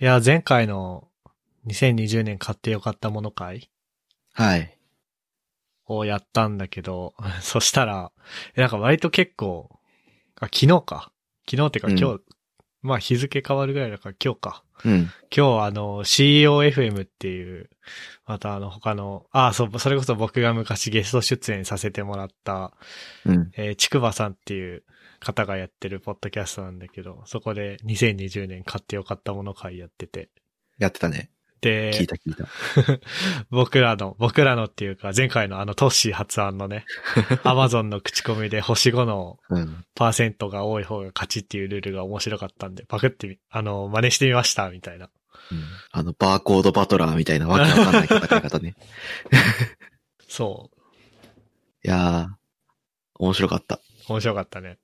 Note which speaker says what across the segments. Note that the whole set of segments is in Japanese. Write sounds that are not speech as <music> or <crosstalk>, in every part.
Speaker 1: いや、前回の2020年買ってよかったもの会
Speaker 2: はい。
Speaker 1: をやったんだけど、 <laughs> そしたら、えなんか割と結構、あ、昨日か。昨日ってか
Speaker 2: うん
Speaker 1: 今日、まあ日付変わるぐらいだから今日か。
Speaker 2: うん。
Speaker 1: 今日あの CEOFM っていう、またあの他の、あ、そう、それこそ僕が昔ゲスト出演させてもらった、
Speaker 2: うん。
Speaker 1: えー、ちくばさんっていう方がやってるポッドキャストなんだけど、そこで2020年買ってよかったもの会やってて。
Speaker 2: やってたね。
Speaker 1: で、
Speaker 2: 聞いた聞いた。
Speaker 1: 僕らの、僕らのっていうか、前回のあのトッシー発案のね、アマゾンの口コミで星5の
Speaker 2: うん。
Speaker 1: パーセントが多い方が勝ちっていうルールが面白かったんで、パクってみ、あの、真似してみました、みたいな。
Speaker 2: あの、バーコードバトラーみたいなわけわかんない戦い方ね。
Speaker 1: そ
Speaker 2: いやー、面白かった。
Speaker 1: う。面白かったね。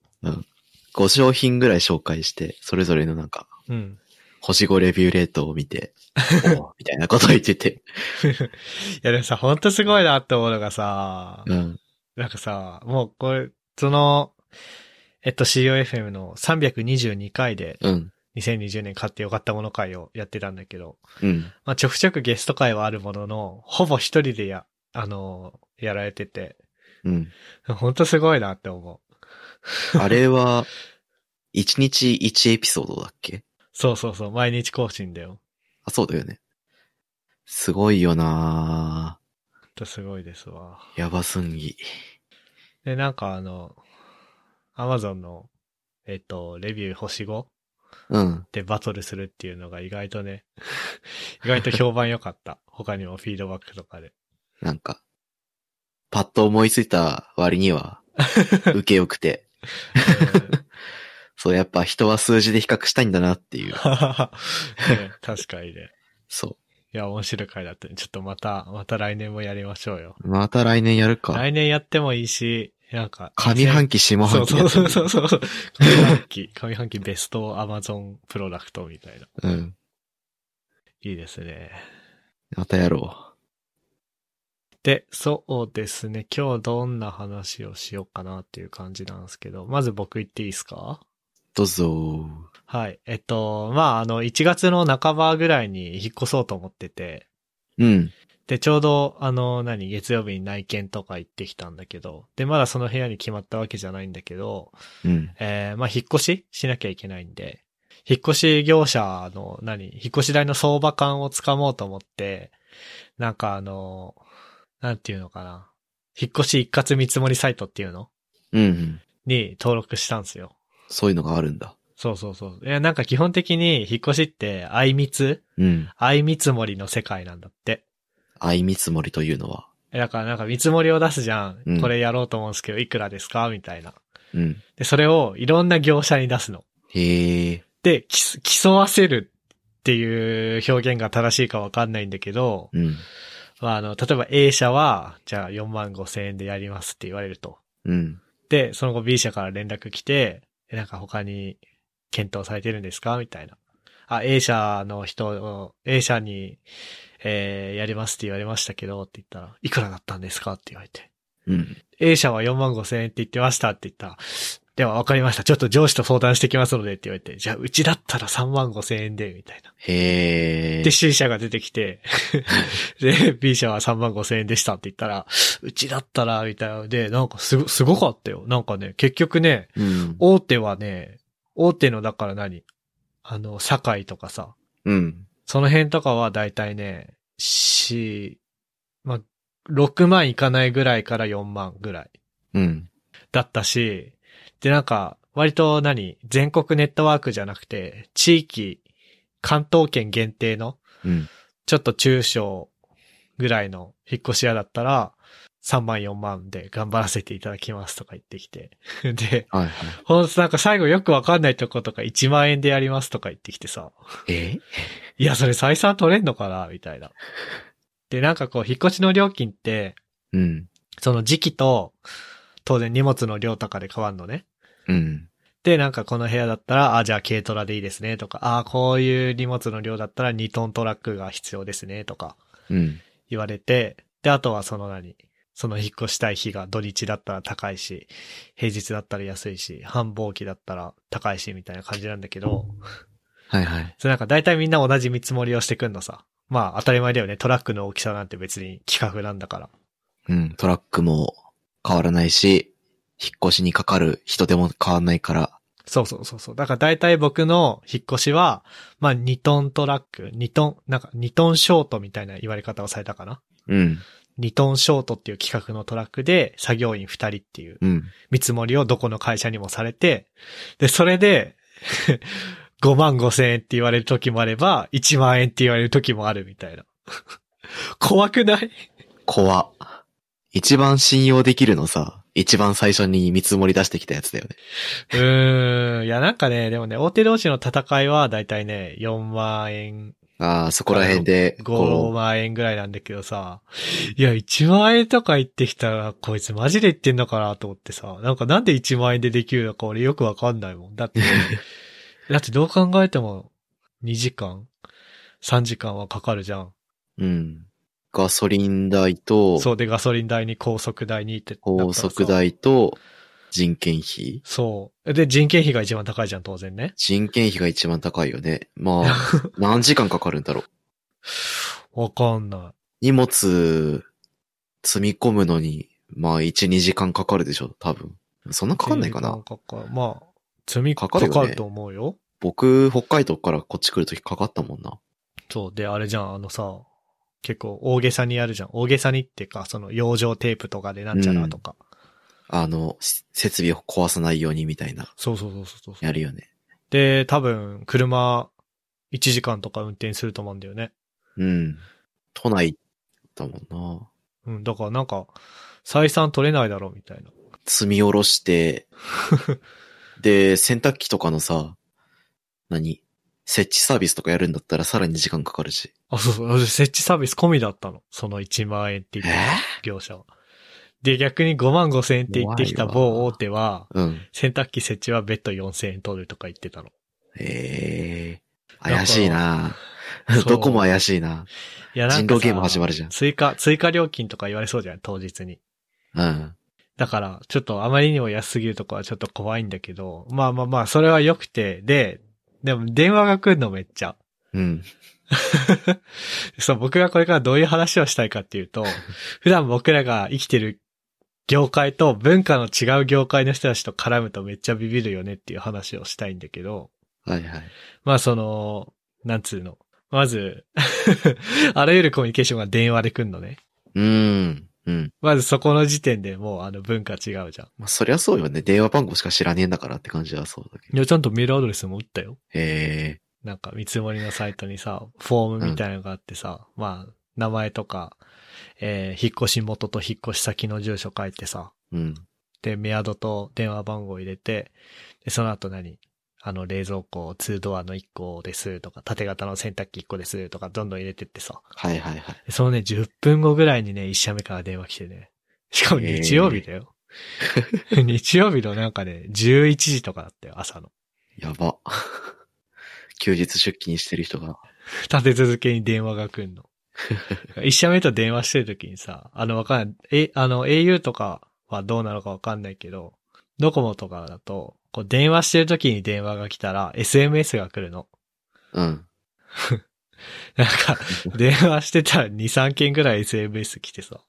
Speaker 2: 5商品ぐらい紹介して、それぞれのなんか、
Speaker 1: うん。
Speaker 2: 星5レビューレートを見て、おーみたいなこと言ってて。
Speaker 1: いやでもさ、ほんとすごいなって思うのがさ、
Speaker 2: うん。
Speaker 1: なんかさ、もうこれ、その、えっと COFM の322回で
Speaker 2: うん。
Speaker 1: 2020年買ってよかったもの会をやってたんだけど、
Speaker 2: うん。
Speaker 1: まあ、ちょくちょくゲスト会はあるものの、ほぼ一人でや、あのーやられてて、
Speaker 2: うん。
Speaker 1: ほんとすごいなって思う。
Speaker 2: あれは、1日1エピソードだっけ
Speaker 1: そうそうそう、毎日更新だよ。
Speaker 2: あ、そうだよね。すごいよな
Speaker 1: ほんとすごいですわ。
Speaker 2: ーやばすんぎ。
Speaker 1: で、なんかあの、アマゾンの、えっと、レビュー星5
Speaker 2: うん。
Speaker 1: でバトルするっていうのが意外とね、意外と評判良かった。他にもフィードバックとかで。
Speaker 2: なんか、パッと思いついた割
Speaker 1: <laughs>
Speaker 2: には、受けよくて。そう、やっぱ人は数字で比較したいんだなっていう。
Speaker 1: うん <laughs> ね確かにね。
Speaker 2: そ
Speaker 1: いや、面白い回だったね。ちょっとまた、また来年もやりましょうよ。
Speaker 2: う。また来年やるか。
Speaker 1: 来年やってもいいし、なんか。
Speaker 2: 上半期、下
Speaker 1: そう
Speaker 2: 半期
Speaker 1: そ
Speaker 2: や
Speaker 1: う
Speaker 2: つ。
Speaker 1: そうそうそう。上半期、上半期ベストアマゾンプロダクトみたいな。
Speaker 2: うん。
Speaker 1: いいですね。
Speaker 2: またやろ
Speaker 1: で、そうですね。今日どんな話をしようかなっていう感じなんですけど、まず僕言っていいですか
Speaker 2: う。どうぞ。
Speaker 1: はい。えっと、まあ、あの、1月の半ばぐらいに引っ越そうと思ってて、
Speaker 2: うん。
Speaker 1: で、ちょうど、あの、何、月曜日に内見とか行ってきたんだけど、で、まだその部屋に決まったわけじゃないんだけど、
Speaker 2: うん。
Speaker 1: えー、まあ、引っ越ししなきゃいけないんで、引っ越し業者の、何、引っ越し代の相場感をつかもうと思って、なんかあの、なんていうのかな。引っ越し一括見積もりサイトっていうの
Speaker 2: うんうん。
Speaker 1: に登録したんですよ。
Speaker 2: そういうのがあるんだ。
Speaker 1: そうそうそう。いや、なんか基本的に引っ越しって、相密
Speaker 2: うん。
Speaker 1: 相見積もりの世界なんだって。
Speaker 2: 相見積もりというのは。
Speaker 1: えだからなんか見積もりを出すじゃん。
Speaker 2: うん
Speaker 1: これやろうと思うんですけど、いくらですかみたいな。
Speaker 2: うん。
Speaker 1: で、それをいろんな業者に出すの。
Speaker 2: へえ。
Speaker 1: で、きす競わせるっていう表現が正しいかわかんないんだけど、
Speaker 2: うん。
Speaker 1: まあ、あの、例えば A 社は、じゃあ4万5千円でやりますって言われると。
Speaker 2: うん。
Speaker 1: で、その後 B 社から連絡来て、えなんか他に検討されてるんですかみたいな。あ、A 社の人を、A 社に、えーやりますって言われましたけど、って言ったら、いくらだったんですかって言われて。
Speaker 2: うん。
Speaker 1: A 社は4万5千円って言ってましたって言ったら、では分かりました。ちょっと上司と相談してきますのでって言われて、じゃあうちだったら3万5千円で、みたいな。
Speaker 2: へえ。
Speaker 1: で、C 社が出てき
Speaker 2: <laughs>
Speaker 1: て、で、B 社は3万5千円でしたって言ったら、うちだったら、みたいなので、なんかすご、すごかったよ。なんかね、結局ね、
Speaker 2: うん。
Speaker 1: 大手はね、大手のだから何あの、堺とかさ、
Speaker 2: うん。
Speaker 1: その辺とかはだいたいね、C、まあ、6万いかないぐらいから4万ぐらい。
Speaker 2: うん。
Speaker 1: だったし、で、なんか、割と何全国ネットワークじゃなくて、地域、関東圏限定の、
Speaker 2: うん。
Speaker 1: ちょっと中小ぐらいの引っ越し屋だったら、3万4万で頑張らせていただきますとか言ってきて。 <laughs> で、
Speaker 2: はいはい。
Speaker 1: ほんとなんか最後よくわかんないとことか1万円でやりますとか言ってきてさ、
Speaker 2: え
Speaker 1: いや、それ採算取れんのかなみたいな。で、なんかこう、引っ越しの料金って、
Speaker 2: うん。
Speaker 1: その時期と、当然荷物の量とかで変わんのね。
Speaker 2: うん。
Speaker 1: で、なんかこの部屋だったら、あ、じゃあ軽トラでいいですね、とか、あ、こういう荷物の量だったら2トントラックが必要ですね、とか
Speaker 2: うん。
Speaker 1: 言われて、で、あとはその何その引っ越したい日が土日だったら高いし、平日だったら安いし、繁忙期だったら高いし、みたいな感じなんだけど、
Speaker 2: はいはい。
Speaker 1: それなんか大体みんな同じ見積もりをしてくんのさ。まあ当たり前だよね。トラックの大きさなんて別に企画なんだから。
Speaker 2: うん、トラックも変わらないし、引っ越しにかかる人手も変わらないから。
Speaker 1: そうそうそうそう。だから大体僕の引っ越しは、まあ2トントラック、2トン、なんか2トンショートみたいな言われ方をされたかな。
Speaker 2: うん、
Speaker 1: 2トンショートっていう企画のトラックで作業員2人っていう
Speaker 2: うん。
Speaker 1: 見積もりをどこの会社にもされて、で、それで、5万5千円って言われる時もあれば、1万円って言われる時もあるみたいな。 <laughs> 怖くない
Speaker 2: 怖っ。一番信用できるのさ、一番最初に見積もり出してきたやつだよね。
Speaker 1: うーん。いや、なんかね、でもね、大手同士の戦いはだいたいね、4万円、
Speaker 2: ああ、そこら辺で、
Speaker 1: 5
Speaker 2: こ
Speaker 1: 万円ぐらいなんだけどさ、いや、1万円とか言ってきたら、こいつマジで言ってんのかなと思ってさ、なんかなんで1万円でできるのか俺よくわかんないもん。
Speaker 2: <laughs>
Speaker 1: だって、だってどう考えても、2時間 ?3 時間はかかるじゃん。
Speaker 2: う、うん。ガソリン代と、
Speaker 1: そうでガソリン代に高速代にってなったらさ
Speaker 2: 高速。代と、人件費
Speaker 1: そう。で、人件費が一番高いじゃん、当然ね。
Speaker 2: 人件費が一番高いよね。ま <laughs> あ、何時間かかるんだろう。
Speaker 1: わかんない。
Speaker 2: 荷物、積み込むのに、まあ、1、2時間かかるでしょ、多分。そんなかかんないか
Speaker 1: 時
Speaker 2: な。
Speaker 1: 間かかまあ、積みか
Speaker 2: か
Speaker 1: か
Speaker 2: か
Speaker 1: る
Speaker 2: るよね
Speaker 1: と思うよ。
Speaker 2: 僕、北海道からこっち来るときかかったもんな。
Speaker 1: そう。で、あれじゃん、あのさ、結構大げさにやるじゃん。大げさにっていうか、その養生テープとかでなんちゃらとか。
Speaker 2: あの、し設備を壊さないようにみたいな、
Speaker 1: そうそうそうそうそう。
Speaker 2: やるよね。
Speaker 1: で、多分、車、1時間とか運転すると思うんだよね。
Speaker 2: うん。都内だもんな。
Speaker 1: うん、だからなんか、採算取れないだろう、みたいな。
Speaker 2: 積み下ろして、で、洗濯機とかのさ、何設置サービスとかやるんだったらさらに時間かかるし。
Speaker 1: あ、そうそう。私設置サービス込みだったの。その1万円って言ってた業者は。で、逆に5万5千円って言ってきた
Speaker 2: 怖いわ
Speaker 1: 某大手は、
Speaker 2: うん。
Speaker 1: 洗濯機設置は別途4千円取るとか言ってたの。
Speaker 2: ええ怪しいな
Speaker 1: そう
Speaker 2: <laughs> どこも怪しいな。
Speaker 1: いや、なんかさ
Speaker 2: 人狼ゲーム始まるじゃん。
Speaker 1: 追加、追加料金とか言われそうじゃん、当日に。
Speaker 2: うん。
Speaker 1: だから、ちょっとあまりにも安すぎるとこはちょっと怖いんだけど、まあまあまあ、それは良くて、で、でも電話が来るのめっちゃ。
Speaker 2: うん。
Speaker 1: そう、僕がこれからどういう話をしたいかっていうと、普段僕らが生きてる業界と文化の違う業界の人たちと絡むとめっちゃビビるよねっていう話をしたいんだけど、
Speaker 2: はいはい。
Speaker 1: まあその、なんつうの。まず、 <laughs> あらゆるコミュニケーションが電話で来るのね。
Speaker 2: うん。うん。
Speaker 1: まずそこの時点でもうあの文化違うじゃん。
Speaker 2: まあ、そりゃそうよね。電話番号しか知らねえんだからって感じはそうだけ
Speaker 1: い
Speaker 2: ど。
Speaker 1: や、ちゃんとメールアドレスも打ったよ。
Speaker 2: ええ
Speaker 1: なんか見積もりのサイトにさ、フォームみたいなのがあってさ、まあ、名前とか、えー、引っ越し元と引っ越し先の住所書いてさ、
Speaker 2: うん。
Speaker 1: で、メアドと電話番号入れて、で、その後何あの、冷蔵庫、2ドアの1個ですとか、縦型の洗濯機1個ですとか、どんどん入れてってさ。
Speaker 2: はいはいはい。
Speaker 1: でそのね、10分後ぐらいにね、1社目から電話来てね。しかも日曜日だよ。 <laughs> 日曜日のなんかね、11時とかだったよ、朝の。
Speaker 2: やば。 <laughs> 休日出勤してる人が。
Speaker 1: 立て続けに電話が来んの。一社目と電話してるときにさ、あの、わかんない、え、あの、au とかはどうなのかわかんないけど、ドコモとかだと、こう、電話してるときに電話が来たら、SMS が来るの。
Speaker 2: うん。
Speaker 1: なんか、電話してたら2、3件ぐらい SMS 来てさ、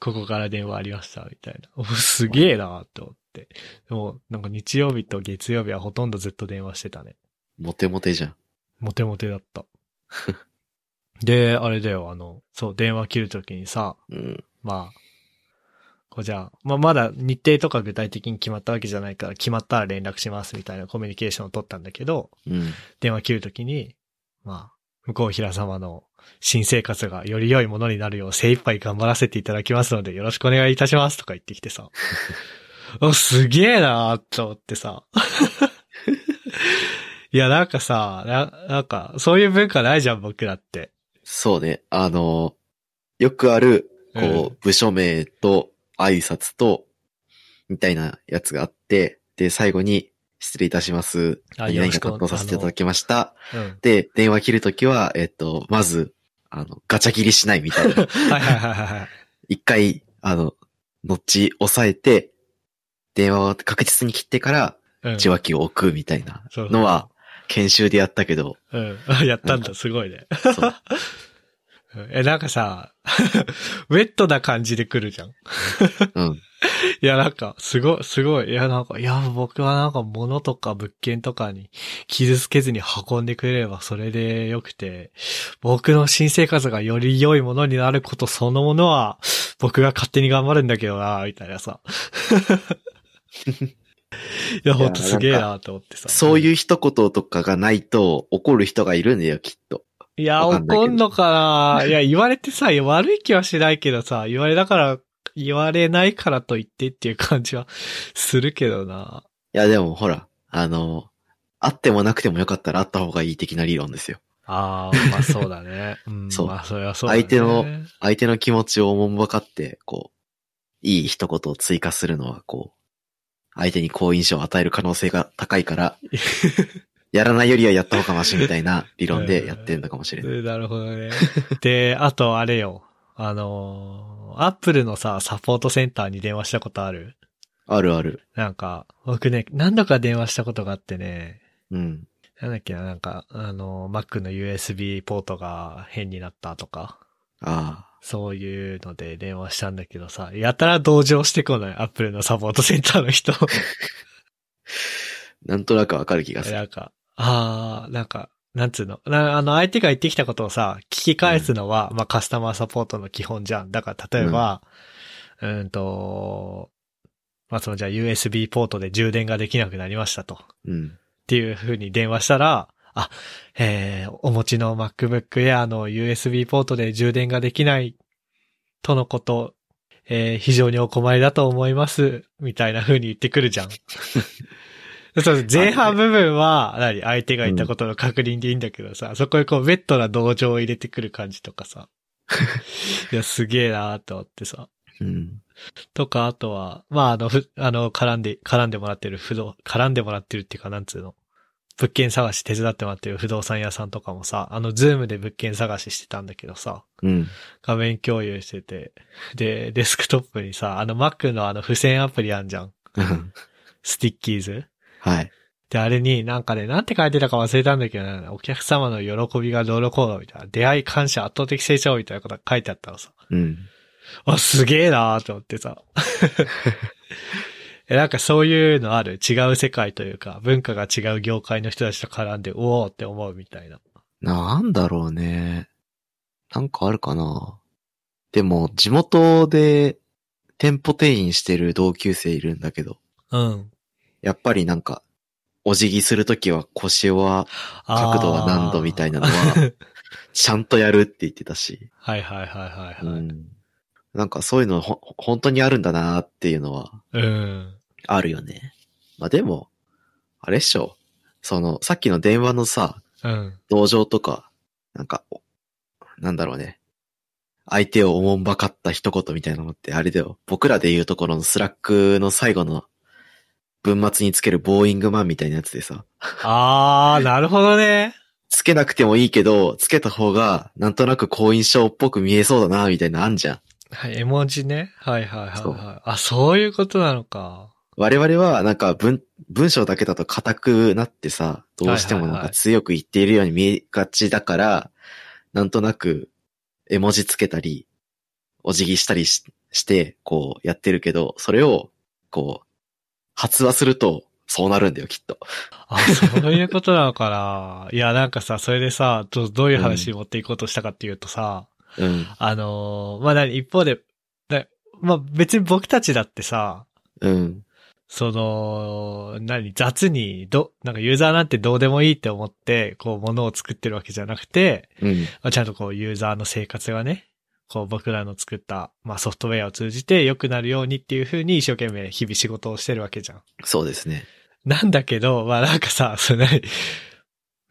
Speaker 1: ここから電話ありました、みたいな。おすげえなって思って。でも、なんか日曜日と月曜日はほとんどずっと電話してたね。
Speaker 2: モテモテじゃん。
Speaker 1: モテモテだった。 <laughs> で、あれだよ、あの、そう、電話切るときにさ、
Speaker 2: うん。
Speaker 1: まあ、こうじゃあ、まあまだ日程とか具体的に決まったわけじゃないから、決まったら連絡しますみたいなコミュニケーションを取ったんだけど、
Speaker 2: うん。
Speaker 1: 電話切るときに、まあ、向こう平様の新生活がより良いものになるよう精一杯頑張らせていただきますのでよろしくお願いいたしますとか言ってきて
Speaker 2: <laughs>
Speaker 1: さ。お、すげえなーと思ってさ。 <laughs> いや、なんかさ、な、なんか、そういう文化ないじゃん、僕らって。
Speaker 2: そうね。あのよくある、こう、
Speaker 1: うん
Speaker 2: 部署名と挨拶と、みたいなやつがあって、で、最後に、失礼いたします。
Speaker 1: あ
Speaker 2: 何
Speaker 1: よろ
Speaker 2: 々
Speaker 1: しく
Speaker 2: 担当させていただきました。
Speaker 1: うん。
Speaker 2: で、電話切るときは、えっと、まず、あの、ガチャ切りしないみた
Speaker 1: <laughs>
Speaker 2: いな。
Speaker 1: はいはいはいはいはい。
Speaker 2: 一回、あの、後、押さえて、電話を確実に切ってから、
Speaker 1: うん
Speaker 2: 受話器を置くみたいな
Speaker 1: そう
Speaker 2: のは、研修でやったけど、
Speaker 1: うん。 <laughs> あやったんだ、すごいね。 <laughs>
Speaker 2: そう。
Speaker 1: うんえ、なんかさ、 <laughs> ウェットな感じで来るじゃん。い
Speaker 2: うん。
Speaker 1: や、なんか、すごい、すごい。いや、なんか、いや、僕はなんか物とか物件とかに傷つけずに運んでくれればそれで良くて、僕の新生活がより良いものになることそのものは、僕が勝手に頑張るんだけどな、みたいなさ。 <laughs> いや、ほんとすげえなと思ってさ。
Speaker 2: そういう一言とかがないと怒る人がいるんだよ、きっと。
Speaker 1: いや、
Speaker 2: わかんないけど
Speaker 1: 怒んの
Speaker 2: <laughs>
Speaker 1: かないや、言われてさ、悪い気はしないけどさ、言われだから、言われないからと言ってっていう感じはするけどな。
Speaker 2: いや、でもほら、あの、あってもなくてもよかったらあった方がいい的な理論ですよ。
Speaker 1: ああ、まあそうだ
Speaker 2: <laughs>
Speaker 1: ね。うん、
Speaker 2: そう
Speaker 1: まあそれはそうだね。
Speaker 2: 相手の相手の気持ちをおもんばかって、こう、いい一言を追加するのは、こう、相手に好印象を与える可能性が高いから、やらないよりはやった方がマシみたいな <laughs> 理論でやってるのかもしれない。
Speaker 1: うんなるほどね。で、あとあれよ。あのー、アップルのさ、サポートセンターに電話したことある
Speaker 2: あるある。
Speaker 1: なんか、僕ね、何度か電話したことがあってね、
Speaker 2: うん。
Speaker 1: なんだっけな、なんか、あのー、Mac の USB ポートが変になったとか。
Speaker 2: あ
Speaker 1: そういうので電話したんだけどさ、やたら同情してこない、アップルのサポートセンターの人。
Speaker 2: あ。なんとなくわかる気がする。
Speaker 1: なんか、あー、なんか、なんつうの。なあの、相手が言ってきたことをさ、聞き返すのは、まあ、カスタマーサポートの基本じゃん。だから、例えば、うーんと、まあ、その、じゃあ USB ポートで充電ができなくなりましたと。っ
Speaker 2: うん。
Speaker 1: ていう風に電話したら、あ、えー、お持ちの MacBook Air の USB ポートで充電ができないとのこと、えー非常にお困りだと思います、みたいな風に言ってくるじゃん。そう前半部分は、何、相手が言ったことの確認でいいんだけどさ、そこにこう、ベッドな同情を入れてくる感じとかさ。いや、すげえなーと思ってさ。
Speaker 2: うん。
Speaker 1: とか、あとは、まあ、あの、ふ、あの、絡んで、絡んでもらってる不動、絡んでもらってるっていうか、なんつうの。物件探し手伝ってもらってる不動産屋さんとかもさ、あの、ズームで物件探ししてたんだけどさ、
Speaker 2: うん。 <laughs>
Speaker 1: 画面共有してて、で、デスクトップにさ、あの Mac のあの付箋アプリあんじゃん。スティッキーズ
Speaker 2: はい。
Speaker 1: で、あれになんかね、なんて書いてたか忘れたんだけどね、お客様の喜びがどうのこうのみたいな、出会い感謝圧倒的成長みたいなことが書いてあったのさ。
Speaker 2: うん。
Speaker 1: あ、すげえなーと思って <laughs> さ。え、なんかそういうのある違う世界というか、文化が違う業界の人たちと絡んで、おおって思うみたいな。
Speaker 2: なんだろうね。なんかあるかな。でも、地元で店舗店員してる同級生いるんだけど、
Speaker 1: うん。
Speaker 2: やっぱりなんか、お辞儀するときは腰は、
Speaker 1: あー
Speaker 2: 角度は何度みたいなのは <laughs> ちゃんとやるって言ってたし、
Speaker 1: はいはいはいはいはい。
Speaker 2: うんなんかそういうのほ、本当にあるんだなっていうのは
Speaker 1: うん。
Speaker 2: あるよね。まあでも、あれっしょ。その、さっきの電話のさ、
Speaker 1: うん。
Speaker 2: 同情とか、なんか、おなんだろうね。相手をおもんばかった一言みたいなのって、あれだよ。僕らで言うところのスラックの最後の文末につけるボーイングマンみたいなやつでさ、
Speaker 1: あー、なるほどね。
Speaker 2: つけなくてもいいけど、つけた方がなんとなく好印象っぽく見えそうだな、みたいなのあんじゃん。
Speaker 1: はい、絵文字ね。はいはいはい、
Speaker 2: そう
Speaker 1: はい。あ、そういうことなのか。
Speaker 2: 我々はなんか文、文章だけだと硬くなってさ、どうしてもなんか強く言っているように見えがちだから、なんとなく絵文字つけたり、お辞儀したりしして、こうやってるけど、それを、こう、発話すると、そうなるんだよ、きっと。
Speaker 1: あ、そういうことなのかな。いや、なんかさ、それでさ、どどういう話に持っていこうとしたかっていうとさ、
Speaker 2: うん、
Speaker 1: あのーまあ、何、一方で、だまあ、別に僕たちだってさ、
Speaker 2: うん、
Speaker 1: その、何、雑に、ど、なんかユーザーなんてどうでもいいって思って、こう、ものを作ってるわけじゃなくて、
Speaker 2: うん、
Speaker 1: まあ、ちゃんとこう、ユーザーの生活がね、こう、僕らの作った、まあ、ソフトウェアを通じて良くなるようにっていう風に一生懸命日々仕事をしてるわけじゃん。
Speaker 2: そうですね。
Speaker 1: なんだけど、まあなんかさ、その何、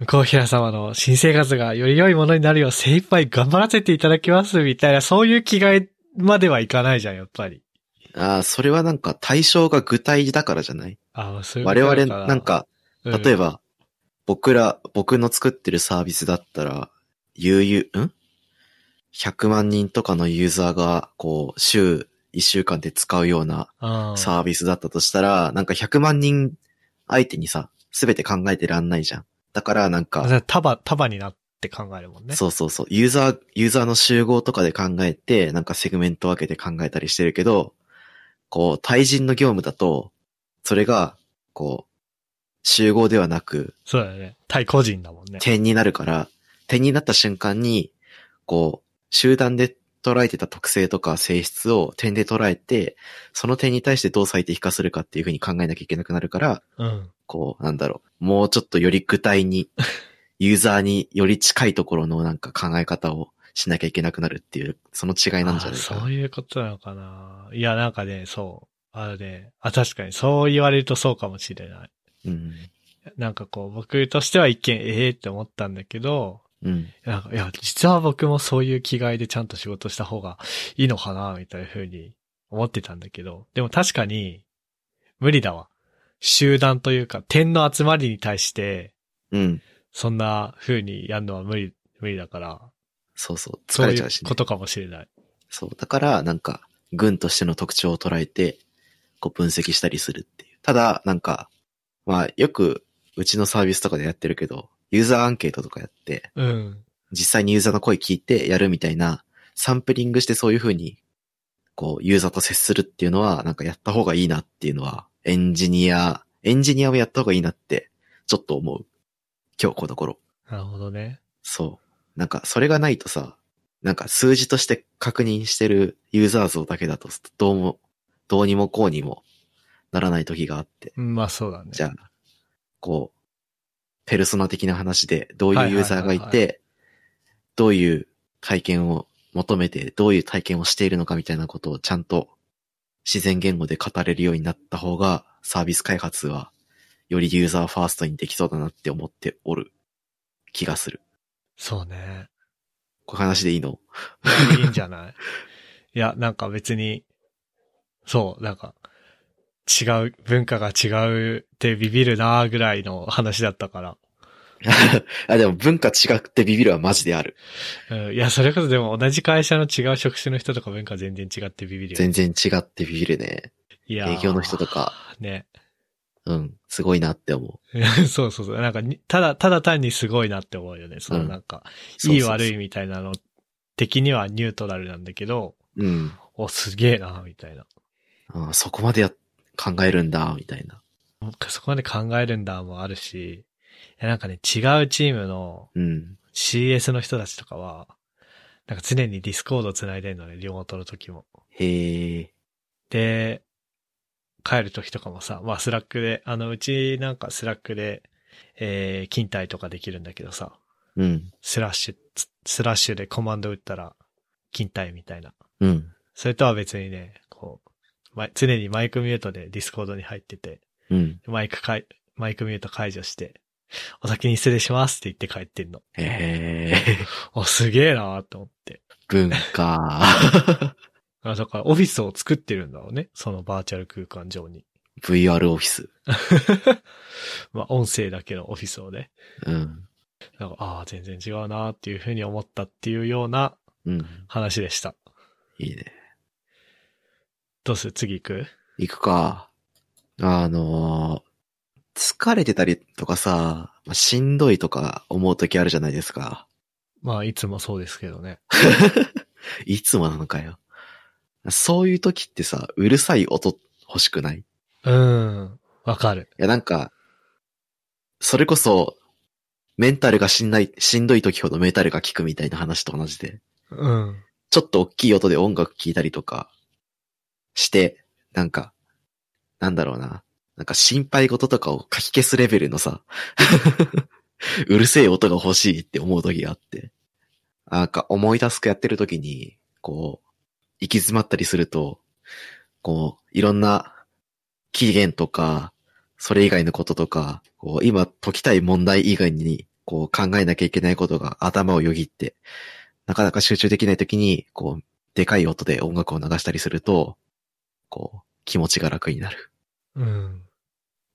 Speaker 1: 向平様の新生活がより良いものになるよう精一杯頑張らせていただきます、みたいな、そういう気概まではいかないじゃん、やっぱり。
Speaker 2: ああ、それはなんか対象が具体だからじゃない
Speaker 1: ああ、そういうこ
Speaker 2: 我
Speaker 1: となの
Speaker 2: 々、なんか、
Speaker 1: うん
Speaker 2: 例えば、僕ら、僕の作ってるサービスだったら、悠々、ん ?100 万人とかのユーザーが、こう、週1週間で使うような
Speaker 1: うん
Speaker 2: サービスだったとしたら、なんか100万人相手にさ、すべて考えてらんないじゃん。だからなんか、
Speaker 1: あ束、束になって考えるもんね。
Speaker 2: そうそうそう。ユーザー、ユーザーの集合とかで考えて、なんかセグメント分けて考えたりしてるけど、こう、対人の業務だと、それが、こう、集合ではなく、
Speaker 1: そうだよね。対個人だもんね。
Speaker 2: 点になるから、点になった瞬間に、こう、集団で捉えてた特性とか性質を点で捉えて、その点に対してどう最適化するかっていうふうに考えなきゃいけなくなるから、
Speaker 1: うん。
Speaker 2: こう、なんだろう、もうちょっとより具
Speaker 1: <laughs>
Speaker 2: 体に、ユーザーにより近いところのなんか考え方をしなきゃいけなくなるっていう、その違いなんじゃないか
Speaker 1: あー
Speaker 2: な。
Speaker 1: そういうことなのかな。いや、なんかね、そう。あのね、あ、確かに、そう言われるとそうかもしれない。
Speaker 2: うん。
Speaker 1: なんかこう、僕としては一見、ええって思ったんだけど、
Speaker 2: うん。
Speaker 1: なんか、いや、実は僕もそういう気概でちゃんと仕事した方がいいのかな、みたいな風に思ってたんだけど、でも確かに、無理だわ。集団というか、点の集まりに対して、
Speaker 2: うん。
Speaker 1: そんな風にやるのは無理、無理だから、
Speaker 2: そうそう。疲
Speaker 1: そう
Speaker 2: れ
Speaker 1: い
Speaker 2: ちゃ
Speaker 1: う
Speaker 2: うしね。
Speaker 1: ことかもしれない。
Speaker 2: そう。だから、なんか、軍としての特徴を捉えて、こう分析したりするっていう。ただ、なんか、まあ、よく、うちのサービスとかでやってるけど、ユーザーアンケートとかやって、
Speaker 1: うん。
Speaker 2: 実際にユーザーの声聞いてやるみたいな、サンプリングしてそういう風に、こう、ユーザーと接するっていうのは、なんかやった方がいいなっていうのは、エンジニア、エンジニアもやった方がいいなって、ちょっと思う。今日この頃。
Speaker 1: なるほどね。
Speaker 2: そう。なんか、それがないとさ、なんか数字として確認してるユーザー像だけだと、どうも、どうにもこうにもならない時があって。
Speaker 1: うんまあそうだね。
Speaker 2: じゃあ、こう、ペルソナ的な話で、どう
Speaker 1: はいいうはい
Speaker 2: ユー
Speaker 1: はいはい
Speaker 2: ザーがいて、どういう体験を求めて、どういう体験をしているのかみたいなことをちゃんと自然言語で語れるようになった方が、サービス開発はよりユーザーファーストにできそうだなって思っておる気がする。
Speaker 1: そうね。
Speaker 2: こういう話でいいの
Speaker 1: いいんじゃない <laughs> いや、なんか別に、そう、なんか、違う、文化が違うってビビるなーぐらいの話だったから。
Speaker 2: <laughs> あ、でも文化違くてビビるはマジである。
Speaker 1: うん、いや、それこそでも同じ会社の違う職種の人とか文化全然違ってビビるよ。
Speaker 2: 全然違ってビビるね。
Speaker 1: いやー
Speaker 2: 営業の人と。か、
Speaker 1: ね。 <laughs>
Speaker 2: うん、すごいなって思う。
Speaker 1: そうそうそう。なんかに、ただ、ただ単にすごいなって思うよね。その
Speaker 2: うん
Speaker 1: なんか、
Speaker 2: そう
Speaker 1: いい
Speaker 2: そうそう
Speaker 1: 悪い。みたいなの的にはニュートラルなんだけど、
Speaker 2: うん。
Speaker 1: お、すげえな、みたいな。
Speaker 2: あそこまでや、考えるんだ、みたいな。
Speaker 1: そこまで考えるんだもあるし、いやなんかね、違うチームの
Speaker 2: うん。
Speaker 1: CS の人たちとかは、なんか常にディスコード繋いでんのね、リモートの時も。
Speaker 2: へえ。
Speaker 1: で、帰る時とかもさ、まあスラックで、あの、うちなんかスラックで、えー、勤怠とかできるんだけどさ、
Speaker 2: うん。
Speaker 1: スラッシュ、つスラッシュでコマンド打ったら、勤怠みたいな。
Speaker 2: うん。
Speaker 1: それとは別にね、こう、ま、常にマイクミュートでディスコードに入ってて、
Speaker 2: うん。
Speaker 1: マイクかい、マイクミュート解除して、お先に失礼しますって言って帰ってんの。
Speaker 2: へえ。
Speaker 1: お、すげえなーって思って。
Speaker 2: <laughs> 文化。 <laughs>
Speaker 1: あ、だからオフィスを作ってるんだろうね。そのバーチャル空間上に。 <laughs>
Speaker 2: VR オフィス。
Speaker 1: まあ、音声だけのオフィスをね。
Speaker 2: うん。
Speaker 1: なんか、ああ、全然違うなーっていうふうに思ったっていうような
Speaker 2: うん。
Speaker 1: 話でした。
Speaker 2: いいね。
Speaker 1: どうする次行く
Speaker 2: 行くか。あのー疲れてたりとかさ、まあ、しんどいとか思う時あるじゃないですか。
Speaker 1: まあ、いつもそうですけどね。
Speaker 2: いつもなのかよ。そういう時ってさ、うるさい音欲しくないいう
Speaker 1: ーん。わかる。
Speaker 2: やなんか、それこそ、メンタルがしんない、しんどい時ほどメンタルが効くみたいな話と同じで、
Speaker 1: うん。
Speaker 2: ちょっと大きい音で音楽聴いたりとかして、なんか、なんだろうな。なんか心配事とかをかき消すレベルのさ、 <laughs> うるせえ音が欲しいって思う時があって。なんか思いタスクやってる時に、こう、行き詰まったりすると、こう、いろんな期限とか、それ以外のこととか、こう、今解きたい問題以外に、こう考えなきゃいけないことが頭をよぎって、なかなか集中できない時に、こう、でかい音で音楽を流したりすると、こう、気持ちが楽になる。
Speaker 1: うん。
Speaker 2: っ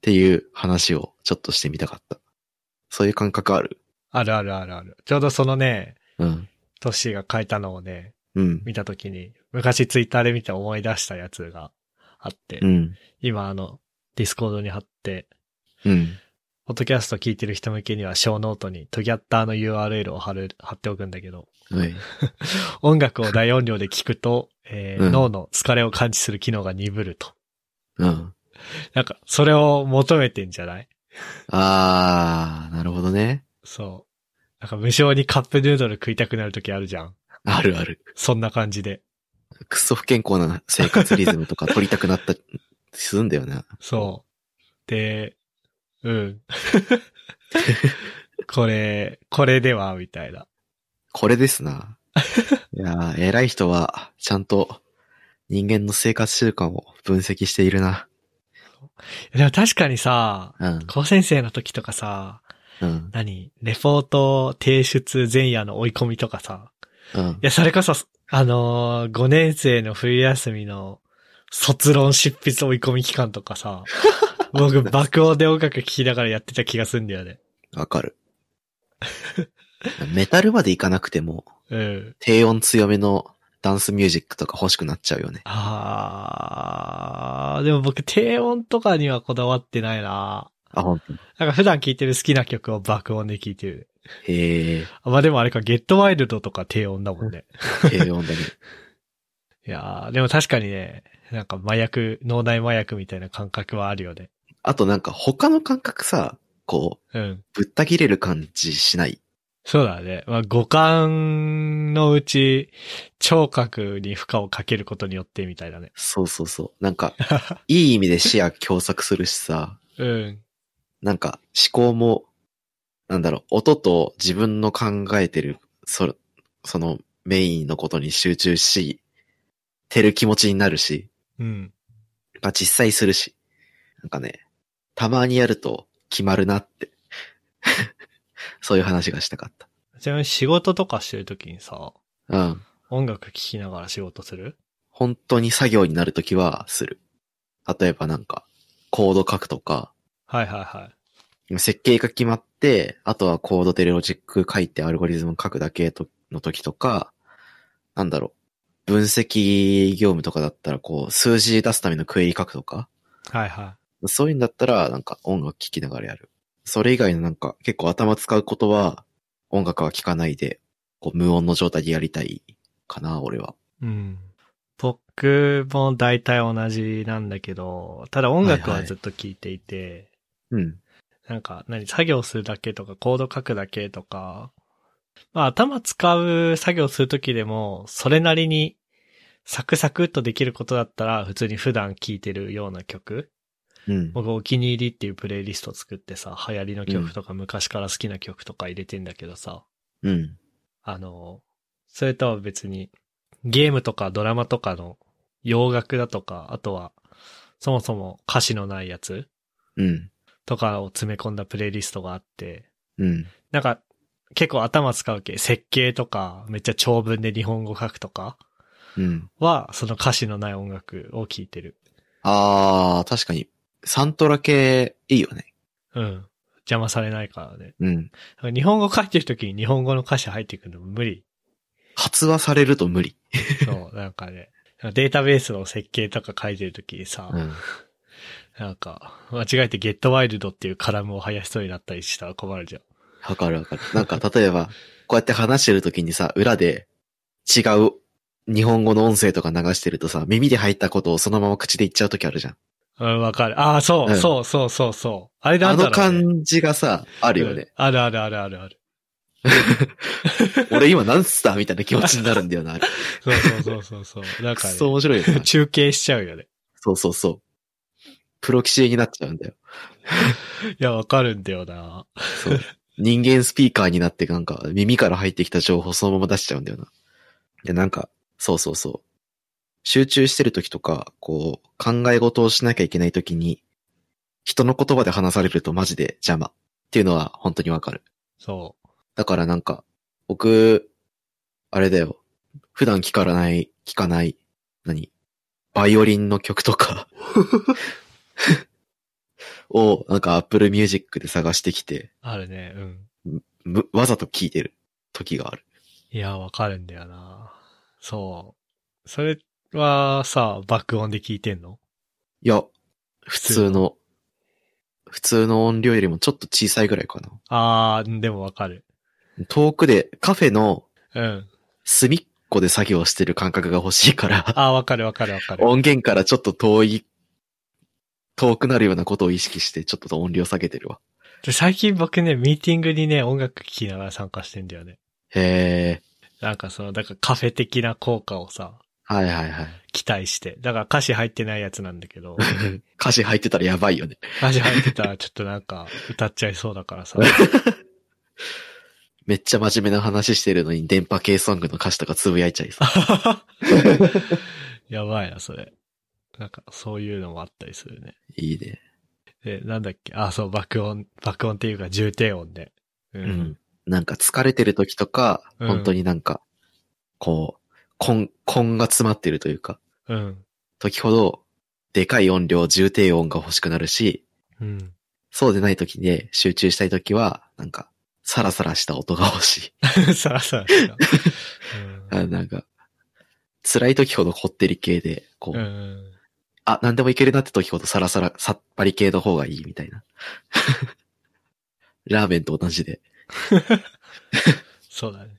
Speaker 2: ていう話をちょっとしてみたかった。そういう感覚ある
Speaker 1: あるあるあるある。ちょうどそのね、
Speaker 2: うん。
Speaker 1: トッシーが書いたのをね、
Speaker 2: うん。
Speaker 1: 見たときに、昔ツイッターで見て思い出したやつがあって、
Speaker 2: うん。
Speaker 1: 今あの、ディスコードに貼って、
Speaker 2: うん。
Speaker 1: ポッドキャスト聞いてる人向けには小ノートにトギャッターの URL を貼る、貼っておくんだけど、
Speaker 2: はい。
Speaker 1: 音楽を大音量で聞くと、えー
Speaker 2: うん
Speaker 1: 脳の疲れを感知する機能が鈍ると。
Speaker 2: うん。
Speaker 1: なんか、それを求めてんじゃない
Speaker 2: あー、なるほどね。
Speaker 1: そう。なんか無性にカップヌードル食いたくなるときあるじゃん。
Speaker 2: あるある。
Speaker 1: そんな感じで。
Speaker 2: くっそ不健康な生活リズムとか取りたくなった、するんだよな。
Speaker 1: そう。で、うん。 <laughs> これ、これでは、みたいな。
Speaker 2: これですな。いやー、偉い人は、ちゃんと、人間の生活習慣を分析しているな。
Speaker 1: でも確かにさ、
Speaker 2: うん。
Speaker 1: 高先生の時とかさ、
Speaker 2: うん。
Speaker 1: 何レポート提出前夜の追い込みとかさ。
Speaker 2: うん
Speaker 1: い。や、それこそ、あのー、5年生の冬休みの卒論執筆追い込み期間とかさ、僕爆音で音楽聴きながらやってた気がすんだよね。
Speaker 2: わかる。メタルまでいかなくても、
Speaker 1: うん。
Speaker 2: 低音強めのダンスミュージックとか欲しくなっちゃうよね。
Speaker 1: あー、でも僕低音とかにはこだわってないな
Speaker 2: あ、本当。
Speaker 1: なんか普段聴いてる好きな曲を爆音で聴いてる。
Speaker 2: へえ、
Speaker 1: あまあでもあれか、ゲットワイルドとか低音だもんね。
Speaker 2: 低音だね。
Speaker 1: いやー、でも確かにね、なんか麻薬、脳内麻薬みたいな感覚はあるよね。
Speaker 2: <laughs> あとなんか他の感覚さ、こう、
Speaker 1: うん。
Speaker 2: ぶった切れる感じしない。
Speaker 1: そうだね。まあ、五感のうち、聴覚に負荷をかけることによってみたいだね。
Speaker 2: そうそうそう。なんか、いい意味で視野狭窄するしさ、
Speaker 1: うん。
Speaker 2: なんか思考も、なんだろう、音と自分の考えてる、そそのメインのことに集中してる気持ちになるし、
Speaker 1: うん。
Speaker 2: まあ実際するし、なんかね、たまにやると決まるなって、 <laughs> そういう話がしたかっ
Speaker 1: ちなみに仕事とかしてるときにさ、
Speaker 2: た。うん。
Speaker 1: 音楽聴きながら仕事する
Speaker 2: 本当に作業になるときはする。例えばなんか、コード書くとか、
Speaker 1: はいはいはい。
Speaker 2: 設計が決まって、あとはコードでロジック書いてアルゴリズム書くだけとの時とか、なんだろう、分析業務とかだったらこう、数字出すためのクエリ書くとか、
Speaker 1: はいは
Speaker 2: そういうんだったらなんか音楽聴きながらやる。それ以外のなんか結構頭使うことは音楽は聴かないで、こう無音の状態でやりたいかな、俺は。
Speaker 1: い。うん。僕も大体同じなんだけど、ただ音楽はずっと聴いていて、
Speaker 2: うん。
Speaker 1: なんか何、作業するだけとか、コード書くだけとか、まあ頭使う作業するときでも、それなりにサクサクっとできることだったら、普通に普段聴いてるような曲。
Speaker 2: うん。
Speaker 1: 僕お気に入りっていうプレイリスト作ってさ、流行りの曲とか昔から好きな曲とか入れてんだけどさ、
Speaker 2: うん。
Speaker 1: あの、それとは別に、ゲームとかドラマとかの洋楽だとか、あとは、そもそも歌詞のないやつ
Speaker 2: うん。
Speaker 1: とかを詰め込んだプレイリストがあって、
Speaker 2: うん。
Speaker 1: なんか、結構頭使う系、設計とか、めっちゃ長文で日本語書くとか
Speaker 2: うん。
Speaker 1: は、その歌詞のない音楽を聴いてる。
Speaker 2: あー、確かに、サントラ系いいよね。
Speaker 1: うん。邪魔されないからね。
Speaker 2: うん。
Speaker 1: だから日本語書いてる時に日本語の歌詞入ってくるの無理。
Speaker 2: 発話されると無理。
Speaker 1: そう、なんかね。データベースの設計とか書いてる時にさ、
Speaker 2: うん。
Speaker 1: なんか、間違えてゲットワイルドっていうカラムを生やしそうになったりしたら困るじゃん。
Speaker 2: わかるわかる。なんか、例えば、こうやって話してるときにさ、裏で違う日本語の音声とか流してるとさ、耳で入ったことをそのまま口で言っちゃうときあるじゃん。
Speaker 1: うん、わかる。ああ、そう、
Speaker 2: うん
Speaker 1: そう、そう、そう、そう。あれな
Speaker 2: あ
Speaker 1: んだろ
Speaker 2: の
Speaker 1: う、ね。
Speaker 2: 感じがさ、あるよ
Speaker 1: うん
Speaker 2: ね。
Speaker 1: あるあるあるあるある。
Speaker 2: 俺今何つったみたいな気持ちになるんだよな。
Speaker 1: <laughs>
Speaker 2: あれ
Speaker 1: そうそうそうそう
Speaker 2: <laughs>
Speaker 1: そう。なん
Speaker 2: く
Speaker 1: か、ね。
Speaker 2: っ、そ面白いよね
Speaker 1: 中継しちゃうよね。
Speaker 2: そうそうそう。プロ棋士になっちゃうんだよ。
Speaker 1: いや、わかるんだよな。
Speaker 2: そう。人間スピーカーになってなんか耳から入ってきた情報そのまま出しちゃうんだよな。で、なんか、そうそうそう。集中してる時とか、こう、考え事をしなきゃいけない時に、人の言葉で話されるとマジで邪魔っていうのは本当にわかる。
Speaker 1: そ
Speaker 2: だからなんか、僕、あれだよ。普段聞かない、聞かない、何バイオリンの曲とか <laughs> を、なんか Apple Music で探してきて、
Speaker 1: う。あるね。うん。
Speaker 2: む、わざと聞いてる時がある。
Speaker 1: いや、わかるんだよな。そう。それはさ、爆音で聞いてんの
Speaker 2: いや、普通の、普通の音量よりもちょっと小さいぐらいかな。
Speaker 1: あー、でもわかる。
Speaker 2: 遠くで、カフェの
Speaker 1: うん。
Speaker 2: 隅っこで作業してる感覚が欲しいから、
Speaker 1: あー、わかるわかるわかる。
Speaker 2: 音源からちょっと遠い、遠くなるようなことを意識して、ちょっと音量下げてるわ。
Speaker 1: で最近僕ね、ミーティングにね、音楽聴きながら参加してんだよね。
Speaker 2: へえ、
Speaker 1: なんかその、だからカフェ的な効果をさ、
Speaker 2: はいはいはい。
Speaker 1: 期待して。だから歌詞入ってないやつなんだ <laughs> けど、
Speaker 2: 歌詞入ってたらやばいよね。
Speaker 1: 歌詞入ってたらちょっとなんか歌っちゃいそうだから <laughs> さ。
Speaker 2: めっちゃ真面目な話してるのに電波系ソングの歌詞とかつぶやいちゃいそう。
Speaker 1: やばいな、それ。なんか、そういうのもあったりするね。
Speaker 2: いいね。
Speaker 1: で、なんだっけ、あ、そう、爆音、爆音っていうか重低音で。う
Speaker 2: う。なんか疲れてる時とか、
Speaker 1: うん
Speaker 2: 本当になんか、こう、根、根が詰まってるというか、
Speaker 1: うん。
Speaker 2: 時ほど、でかい音量、重低音が欲しくなるし、
Speaker 1: うん。
Speaker 2: そうでない時で集中したい時は、なんか、サラサラした音が欲し
Speaker 1: <laughs>
Speaker 2: い。
Speaker 1: さらさらした。
Speaker 2: あなんか、辛い時ほどこってり系で、こ
Speaker 1: うん。 <laughs>
Speaker 2: う、
Speaker 1: うん。
Speaker 2: あ、なんでもいけるなって時ほどサラサラ、さっぱり系の方がいいみたいな。 <laughs> ラーメンと同じで。
Speaker 1: そうだね。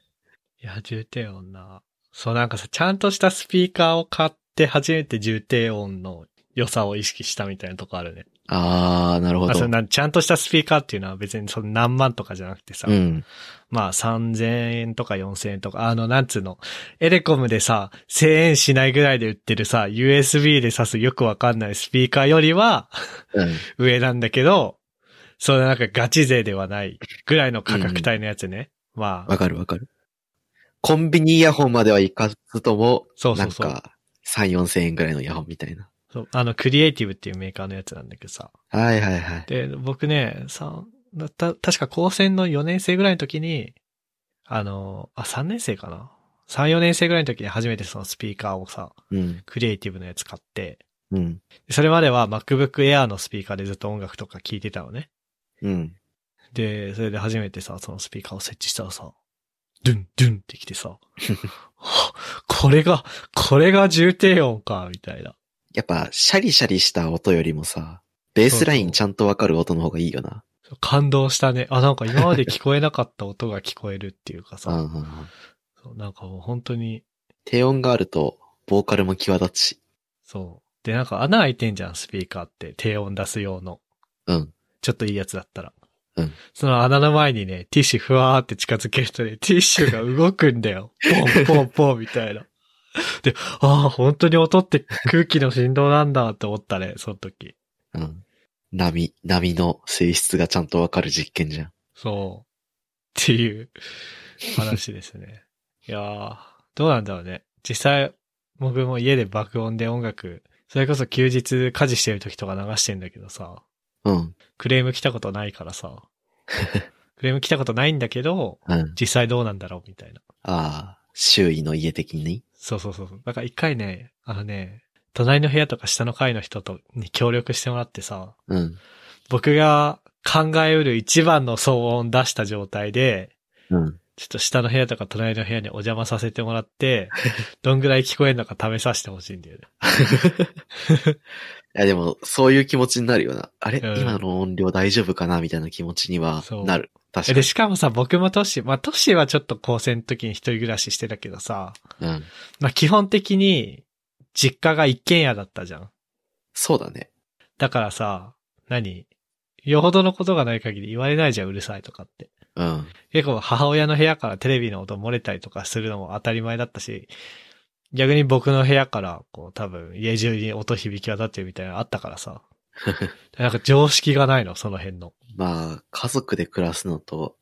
Speaker 1: いや、重低音な。そう、なんかさ、ちゃんとしたスピーカーを買って初めて重低音の良さを意識したみたいなとこあるね。
Speaker 2: あー、なるほ
Speaker 1: あそ
Speaker 2: ど
Speaker 1: う。なんちゃんとしたスピーカーっていうのは別にその何万とかじゃなくてさ、
Speaker 2: うん。
Speaker 1: まあ3000円とか4000円とか、あの、なんつうの、エレコムでさ、1000円しないぐらいで売ってるさ、USB で挿すよくわかんないスピーカーよりは
Speaker 2: うん。
Speaker 1: 上なんだけど、そのなんかガチ勢ではないぐらいの価格帯のやつね。まあ、
Speaker 2: わかるわかる。コンビニイヤホンまではいかずとも、
Speaker 1: そうそ
Speaker 2: な
Speaker 1: うんそう。
Speaker 2: か、3、4千円ぐらいのイヤホンみたいな。
Speaker 1: そうあの、クリエイティブっていうメーカーのやつなんだけどさ。
Speaker 2: はいはいはい。
Speaker 1: で、僕ね、さ、だった、確か高専の4年生ぐらいの時に、あの、あ、3年生かな ?3、4年生ぐらいの時に初めてそのスピーカーをさ、
Speaker 2: うん。
Speaker 1: クリエイティブのやつ買って、
Speaker 2: うん。
Speaker 1: それまでは MacBook Air のスピーカーでずっと音楽とか聞いてたのね。
Speaker 2: うん。
Speaker 1: で、それで初めてさ、そのスピーカーを設置したらさ、ドゥン、ドゥンってきてさ、はこれが、これが重低音か、みたいな。
Speaker 2: やっぱ、シャリシャリした音よりもさ、ベースライ
Speaker 1: そうそ
Speaker 2: ン
Speaker 1: う
Speaker 2: ちゃんとわかる音の方がいいよな。
Speaker 1: 感動したね。あ、なんか今まで聞こえなかった音が聞こえるっていうか
Speaker 2: うんう
Speaker 1: さ、
Speaker 2: んうん。
Speaker 1: そうなんかもう本当に、
Speaker 2: 低音があると、ボーカルも際立つし。
Speaker 1: そう。で、なんか穴開いてんじゃん、スピーカーって。低音出す用の。
Speaker 2: うん。
Speaker 1: ちょっといいやつだったら。
Speaker 2: うん。
Speaker 1: その穴の前にね、ティッシュふわーって近づけるとね、ティッシュが動くんだよ。ポンポンポンみたいな。で、ああ、本当に音って空気の振動なんだって思ったね、その時。
Speaker 2: うん。波、波の性質がちゃんとわかる実験じゃん。
Speaker 1: そう。っていう話ですね。 <laughs> いやー、どうなんだろうね。実際、僕も家で爆音で音楽、それこそ休日家事してる時とか流してんだけどさ、
Speaker 2: うん。
Speaker 1: クレーム来たことないから
Speaker 2: <laughs>
Speaker 1: さ。クレーム来たことないんだけど、
Speaker 2: うん。
Speaker 1: 実際どうなんだろうみたいな。
Speaker 2: ああ、周囲の家的に。
Speaker 1: そうそうそうそう。だから一回ね、あのね、隣の部屋とか下の階の人とに協力してもらってさ、
Speaker 2: うん。
Speaker 1: 僕が考えうる一番の騒音出した状態で、
Speaker 2: うん。
Speaker 1: ちょっと下の部屋とか隣の部屋にお邪魔させてもら
Speaker 2: <laughs>
Speaker 1: って、どんぐらい聞こえるのか試させてほしいんだよね。
Speaker 2: いやでも、そういう気持ちになるよな。あれ、
Speaker 1: うん
Speaker 2: 今の音量大丈夫かなみたいな気持ちには
Speaker 1: そう
Speaker 2: なる。確か
Speaker 1: え
Speaker 2: に
Speaker 1: で、。しかもさ、僕もトッシー、まあトッシーはちょっと高専の時に一人暮らししてたけどさ、
Speaker 2: うん。
Speaker 1: まあ基本的に実家が一軒家だったじゃん。
Speaker 2: そうだね。
Speaker 1: だからさ、何よほどのことがない限り言われないじゃん、うるさいとかって。
Speaker 2: うん。
Speaker 1: 結構母親の部屋からテレビの音漏れたりとかするのも当たり前だったし、逆に僕の部屋から、こう多分家中に音響き渡ってるみたいなのあったから
Speaker 2: <laughs>
Speaker 1: さ。なんか常識がないの、その辺の。
Speaker 2: まあ、家族で暮らすのと、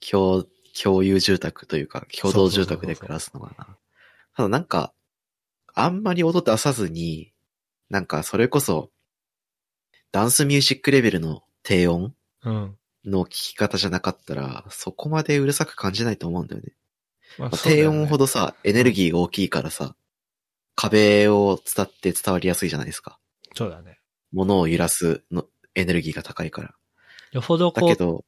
Speaker 2: 共、共有住宅というか、共同住宅で暮らすのかな。ただなんか、あんまり音出さずに、なんかそれこそ、ダンスミュージックレベルの低音
Speaker 1: うん。
Speaker 2: の聞き方じゃなかったら、そこまでうるさく感じないと思うんだよね。
Speaker 1: まあ
Speaker 2: 低音ほ
Speaker 1: ど。
Speaker 2: どさ、エネルギーが大きいからさ、壁を伝って伝わりやすいじゃないですか。
Speaker 1: そうだね。
Speaker 2: 物を揺らすのエネルギーが高いから。
Speaker 1: よほど
Speaker 2: だ
Speaker 1: こ
Speaker 2: け
Speaker 1: う、
Speaker 2: ど、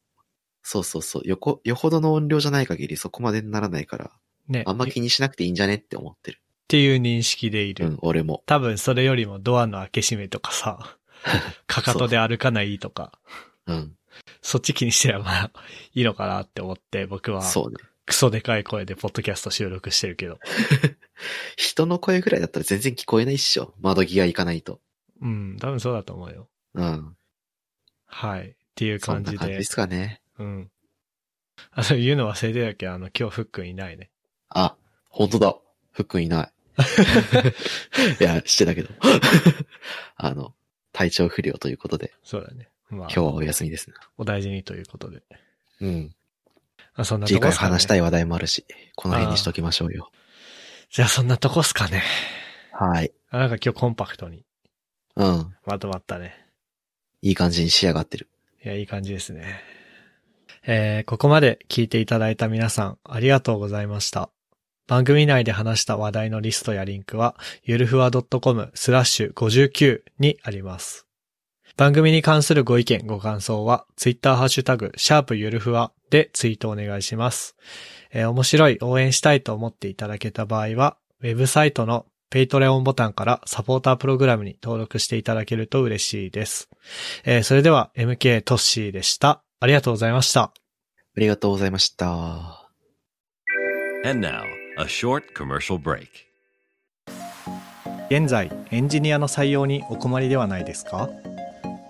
Speaker 2: そうそうそう、よこ、よほどの音量じゃない限りそこまでにならないから、
Speaker 1: ね、
Speaker 2: あんま
Speaker 1: っ
Speaker 2: 気にしなくていいんじゃねって思ってる。
Speaker 1: ていう認識でいうる。
Speaker 2: ん、俺も。 <laughs>
Speaker 1: 多分それよりもドアの開け閉めとかさ、かかとで歩かないとか、
Speaker 2: うん。
Speaker 1: そっち気にしてればいいのかなって思って、僕は
Speaker 2: そうね。
Speaker 1: クソでかい声でポッドキャスト収録してるけど。
Speaker 2: 人の声ぐらいだったら全然聞こえないっしょ。窓際行かないと。
Speaker 1: うん、多分そうだと思うよ。
Speaker 2: うん。
Speaker 1: はい。っていう
Speaker 2: そ
Speaker 1: 感
Speaker 2: ん
Speaker 1: じ
Speaker 2: な
Speaker 1: で。
Speaker 2: 感じですかね。
Speaker 1: うん。あ、そう言うの忘れてたけど、あの、今日ふっくんいないね。
Speaker 2: あ、本当だ。ふっくん
Speaker 1: <laughs>
Speaker 2: いない。いや、してたけど。 <laughs> あの、体調不良ということで、
Speaker 1: そうだね。まあ、
Speaker 2: 今日はお休みですね。
Speaker 1: お大事にということで。
Speaker 2: うん。
Speaker 1: あそんなと
Speaker 2: 次
Speaker 1: こっ
Speaker 2: 回
Speaker 1: すか、ね、
Speaker 2: 話したい話題もあるし、この辺にしときましょうよ。
Speaker 1: じゃあそんなとこっすかね。
Speaker 2: はい。
Speaker 1: あ、なんか今日コンパクトに
Speaker 2: うん。
Speaker 1: まとまったね。
Speaker 2: いい感じに仕上がってる。
Speaker 1: いや、いい感じですね。えーここまで聞いていただいた皆さん、ありがとうございました。番組内で話した話題のリストやリンクは、ゆるふわ .com スラッシュ59にあります。番組に関するご意見、ご感想は、ツイッターハッシュタグ、シャープゆるふわでツイートお願いします。えー面白い、応援したいと思っていただけた場合は、ウェブサイトのペイトレオンボタンからサポータープログラムに登録していただけると嬉しいです。えーそれでは MK トッシーでした。ありがとうございました。
Speaker 2: ありがとうございました。
Speaker 3: And now, a short commercial break.
Speaker 1: 現在エンジニアの採用にお困りではないですか